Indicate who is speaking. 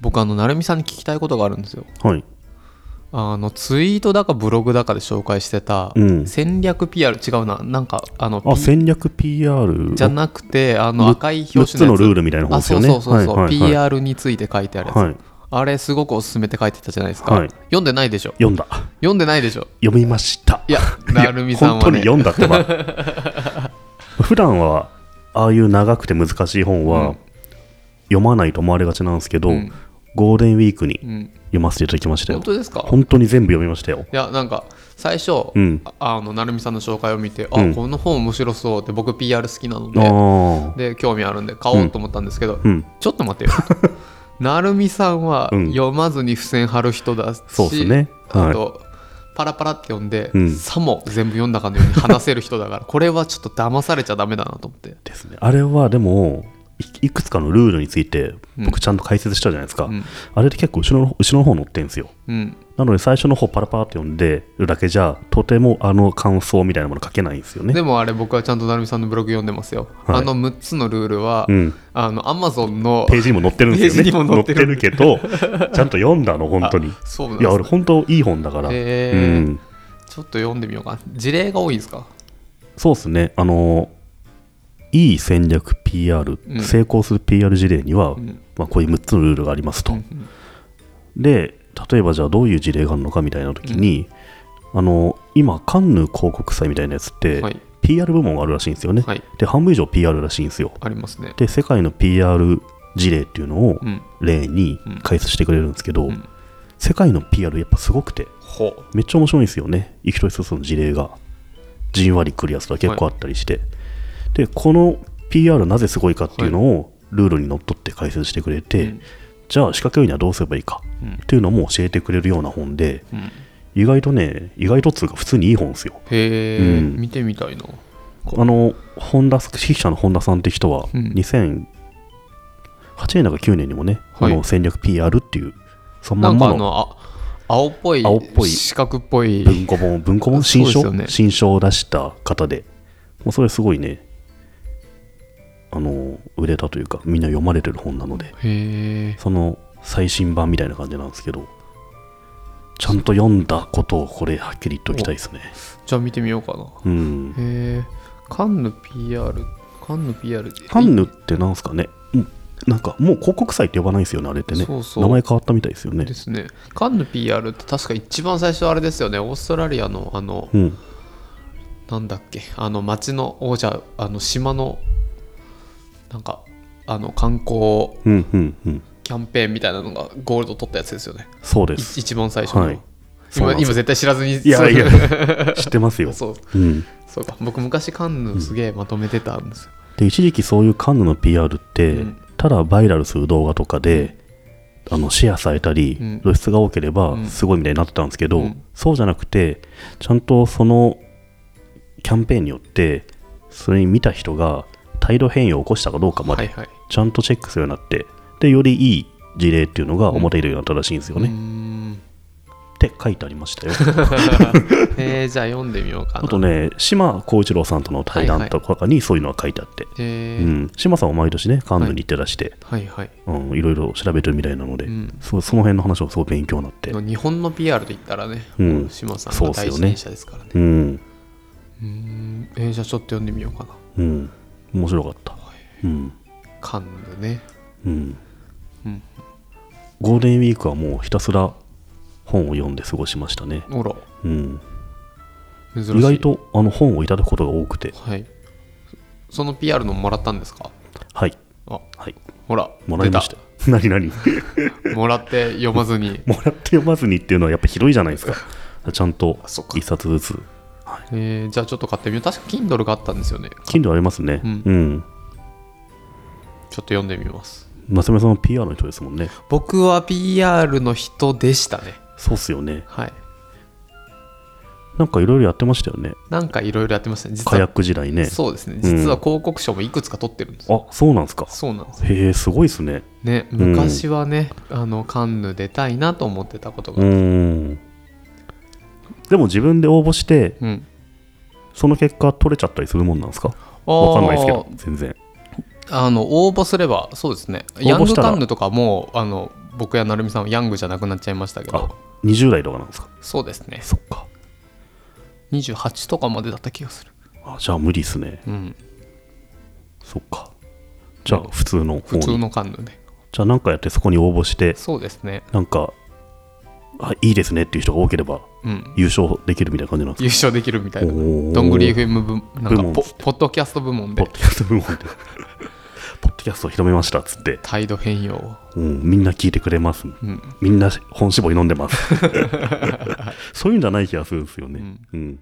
Speaker 1: 僕あの成美さんに聞きたいことがあるんですよ
Speaker 2: はい。
Speaker 1: あのツイートだかブログだかで紹介してた
Speaker 2: うん
Speaker 1: 戦略 PR 違うななんかあの
Speaker 2: あ、
Speaker 1: P-
Speaker 2: 戦略 PR?
Speaker 1: じゃなくてあの
Speaker 2: む
Speaker 1: 赤い
Speaker 2: 6
Speaker 1: 表
Speaker 2: つ
Speaker 1: 紙の
Speaker 2: の
Speaker 1: やつ
Speaker 2: ルールみたいな本
Speaker 1: あ
Speaker 2: です
Speaker 1: そ
Speaker 2: よ
Speaker 1: う
Speaker 2: ね。
Speaker 1: そうそうそう、
Speaker 2: はいはいはい
Speaker 1: PR について書いてあるやつ、
Speaker 2: はい。
Speaker 1: あれすごくおすすめって書いてたじゃないですか、
Speaker 2: はい
Speaker 1: 読んでないでしょ
Speaker 2: 読んだ。
Speaker 1: 読んでないでしょ
Speaker 2: 読みました。
Speaker 1: いやなるみさん
Speaker 2: 本当
Speaker 1: は
Speaker 2: に
Speaker 1: ね
Speaker 2: 読んだってば。 普段は、ああいう長くて難しい本は、
Speaker 1: うん
Speaker 2: 読まないと思われがちなんですけど、
Speaker 1: うん
Speaker 2: ゴールデンウィーク
Speaker 1: う
Speaker 2: に
Speaker 1: ん、
Speaker 2: 読ませていただきましたよ
Speaker 1: 本。当ですか
Speaker 2: 本当に全部読みましたよ。
Speaker 1: いやなんか最初、
Speaker 2: うん。
Speaker 1: ああの成美さんの紹介を見て、あ
Speaker 2: うん
Speaker 1: この本面白そうって僕 PR 好きなの
Speaker 2: あ
Speaker 1: で
Speaker 2: あ。
Speaker 1: で興味あるんで買おうと思ったんですけど、
Speaker 2: うん。
Speaker 1: ちょっと 待ってよ成美さんは
Speaker 2: うん
Speaker 1: 読まずに付箋貼る人だし、
Speaker 2: そうですね。
Speaker 1: あ
Speaker 2: は
Speaker 1: とパラパラって読んで、
Speaker 2: うん
Speaker 1: さも全部読んだかのように話せる人だからこれはちょっと騙されちゃダメだなと思って、
Speaker 2: い。ですね。あれは、でも、いいくつかのルールについて、
Speaker 1: うん
Speaker 2: 僕ちゃんと解説したじゃないですか。
Speaker 1: うん
Speaker 2: あれって結構後ろの後ろの方載ってんですよ。
Speaker 1: うん、
Speaker 2: なので最初の方パラパラって読んでるだけじゃとてもあの感想みたいなもの書けないんですよね。
Speaker 1: でもあれ僕はちゃんと成美さんのブログ読んでますよ、
Speaker 2: はい
Speaker 1: あの6つのルールは、
Speaker 2: うん、
Speaker 1: あのアマゾンの
Speaker 2: ページにも載ってるんですよ
Speaker 1: ペ
Speaker 2: ね。
Speaker 1: ージにも載ってる
Speaker 2: 載ってるけどちゃんと読んだの本当に。
Speaker 1: あそうなん
Speaker 2: い
Speaker 1: で
Speaker 2: や
Speaker 1: す
Speaker 2: 俺本当いい本だから、
Speaker 1: へ
Speaker 2: う
Speaker 1: ー
Speaker 2: ん、
Speaker 1: ちょっと読んでみようかな事例が多いんですか
Speaker 2: そうですねあのいい戦略 PR、
Speaker 1: うん
Speaker 2: 成功する PR 事例には、
Speaker 1: ん
Speaker 2: まあ、こういう6つのルールがありますと、
Speaker 1: うん
Speaker 2: で例えばじゃあどういう事例があるのかみたいな時に、あの今カンヌ広告祭みたいなやつって、
Speaker 1: はい
Speaker 2: PR 部門があるらしいんですよね、
Speaker 1: はい
Speaker 2: で半分以上 PR らしいんですよ
Speaker 1: ありますね
Speaker 2: で世界の PR 事例っていうのを
Speaker 1: うん
Speaker 2: 例に解説してくれるんですけど、
Speaker 1: うん
Speaker 2: 世界の PR やっぱすごくて
Speaker 1: ほう
Speaker 2: めっちゃ面白いんですよね一人一つの事例がじんわりクリアするが結構あったりして、でこの PR なぜすごいかっていうのをルールにのっとって解説してくれて、
Speaker 1: うん
Speaker 2: じゃあ仕掛けるにはどうすればいいか
Speaker 1: うん
Speaker 2: っていうのも教えてくれるような本で
Speaker 1: うんへ
Speaker 2: 意外とね意外とっつうか普通にいい本ですよ
Speaker 1: え、
Speaker 2: うん
Speaker 1: 見てみたいな
Speaker 2: あの本田筆者の本田さんって人は、
Speaker 1: うん
Speaker 2: 2008年だか9年にもね、
Speaker 1: はい
Speaker 2: あの戦略 PR っていうそ
Speaker 1: な
Speaker 2: のま
Speaker 1: んんか
Speaker 2: ま
Speaker 1: あ
Speaker 2: の
Speaker 1: のあ青っぽい
Speaker 2: 青っぽい
Speaker 1: 四角っぽい
Speaker 2: 文庫本文庫本
Speaker 1: そう
Speaker 2: 新
Speaker 1: です
Speaker 2: 書、
Speaker 1: よね
Speaker 2: 新書を出した方でもうそれすごいねあの売れたというかみんな読まれてる本なので
Speaker 1: へえ
Speaker 2: その最新版みたいな感じなんですけどちゃんと読んだことをこれはっきり言っておきたいですね
Speaker 1: じゃあ見てみようかな
Speaker 2: うん
Speaker 1: へえカンヌ PR カンヌ PR で
Speaker 2: カンヌってなんすかね、うんなんかもう広告祭って呼ばないですよね、あれってね。
Speaker 1: そうそう
Speaker 2: 名前変わったみたいですよね
Speaker 1: で。すねカンヌ PR って確か一番最初あれですよねオーストラリアのあの
Speaker 2: うん、
Speaker 1: なんだっけあの町のおじゃあの島のなんかあの観光
Speaker 2: うん、うん、うん。
Speaker 1: キャンペーンみたいなのがゴールド取ったやつですよね
Speaker 2: そう
Speaker 1: い
Speaker 2: です。
Speaker 1: 一番最初の、
Speaker 2: はいそ
Speaker 1: 今
Speaker 2: うなんです
Speaker 1: 今絶対知らずに
Speaker 2: いやいや
Speaker 1: そう、
Speaker 2: 知ってますよ。
Speaker 1: そう
Speaker 2: うん、
Speaker 1: そうか僕昔カンヌすげえまとめてたんですよ、
Speaker 2: で一時期そういうカンヌの PR って、
Speaker 1: うん
Speaker 2: ただバイラルする動画とかで、あのシェアされたり、
Speaker 1: うん
Speaker 2: 露出が多ければ
Speaker 1: うん
Speaker 2: すごいみたいになってたんですけど、
Speaker 1: うん
Speaker 2: そうじゃなくてちゃんとそのキャンペーンによってそれに見た人が態度変容を起こしたかどうかまで
Speaker 1: はい はい
Speaker 2: ちゃんとチェックするようになってでよりいい事例っていうのが表に出るようになったらしいんですよね、
Speaker 1: うーん
Speaker 2: って書いてあり ましたよ
Speaker 1: えー、じゃあ読んでみようかな
Speaker 2: あとね島幸一郎さんとの対談とかにそういうのが書いてあって、
Speaker 1: え
Speaker 2: う
Speaker 1: ー
Speaker 2: ん、島さんは毎年ねカンヌに行ってらして、
Speaker 1: はいはい
Speaker 2: いうん、いろいろ調べてるみたいなので、
Speaker 1: うん
Speaker 2: そうその辺の話もすごい勉強になって、
Speaker 1: の日本の PR と言ったらね、
Speaker 2: うん
Speaker 1: 島さん
Speaker 2: そう
Speaker 1: が
Speaker 2: っす
Speaker 1: 第
Speaker 2: よね
Speaker 1: 一人者ですからね
Speaker 2: うん
Speaker 1: うーんえー、じゃあちょっと読んでみようかな
Speaker 2: うん、面白かった、うん
Speaker 1: カンヌね
Speaker 2: うん
Speaker 1: うん
Speaker 2: ゴールデンウィークはもうひたすら本を読んで過ごしましたね、
Speaker 1: ほら
Speaker 2: うん、
Speaker 1: 珍しい
Speaker 2: 意外とあの本をいただくことが多くて
Speaker 1: はいその PR のもらったんですか
Speaker 2: はい
Speaker 1: あ
Speaker 2: はい
Speaker 1: ほら
Speaker 2: もらいました
Speaker 1: 出
Speaker 2: 何何
Speaker 1: たもらって読まずに
Speaker 2: もらって読まずにっていうのはやっぱひどいじゃないですかちゃんと
Speaker 1: あそっか
Speaker 2: 一冊ずつ
Speaker 1: えー、じゃあちょっと買ってみよう確か Kindle があったんですよねちょ
Speaker 2: Kindle ありますね
Speaker 1: うん
Speaker 2: うん、
Speaker 1: っと読んでみます
Speaker 2: 夏目さんは PR の人ですもんね
Speaker 1: 僕は PR の人でしたね
Speaker 2: そうっすよね
Speaker 1: はい
Speaker 2: なんかいろいろやってましたよね
Speaker 1: なんかいろいろやってましたね実
Speaker 2: カヤッ
Speaker 1: は
Speaker 2: ク時代ね
Speaker 1: そうですね
Speaker 2: ん
Speaker 1: 実は広告賞もいくつか取ってるんですよ、
Speaker 2: あそうなんですか
Speaker 1: そうなんです
Speaker 2: へえすごいですね
Speaker 1: ね
Speaker 2: ん
Speaker 1: 昔はね、あのカンヌ出たいなと思ってたこと
Speaker 2: う
Speaker 1: が、
Speaker 2: ーんでも自分で応募して
Speaker 1: うん、
Speaker 2: その結果取れちゃったりするもんなんですかわ
Speaker 1: わ
Speaker 2: かんないですけど全然
Speaker 1: あの応募すればそうですね
Speaker 2: 応
Speaker 1: ヤン
Speaker 2: 募
Speaker 1: グ
Speaker 2: したら
Speaker 1: カンヌとかもうあの僕や成美さんはヤングじゃなくなっちゃいましたけ
Speaker 2: あ
Speaker 1: ど
Speaker 2: 20代とかなんですか
Speaker 1: そうですね
Speaker 2: そっか
Speaker 1: 28とかまでだった気がする
Speaker 2: あじゃあ無理っすね
Speaker 1: うん
Speaker 2: そっかじゃあ普通の方
Speaker 1: 普
Speaker 2: に
Speaker 1: 通のカンヌで
Speaker 2: じゃあなんかやってそこに応募して
Speaker 1: そうですね
Speaker 2: なんかあいいですねっていう人が多ければ
Speaker 1: うん
Speaker 2: 優勝できるみたいな感じなんです
Speaker 1: 優勝できるみたいな
Speaker 2: かおー
Speaker 1: どんぐり FM 部なん
Speaker 2: 部
Speaker 1: か
Speaker 2: 門
Speaker 1: ポポッドキャスト部門
Speaker 2: ポ
Speaker 1: で
Speaker 2: ッドキャスト 部門でポッドキャストを広めましたっつって、
Speaker 1: 態度変容を
Speaker 2: うん、みんな聞いてくれます
Speaker 1: うん
Speaker 2: みんな本絞り飲んでますそういうんじゃない気がするんですよね、
Speaker 1: うん
Speaker 2: うん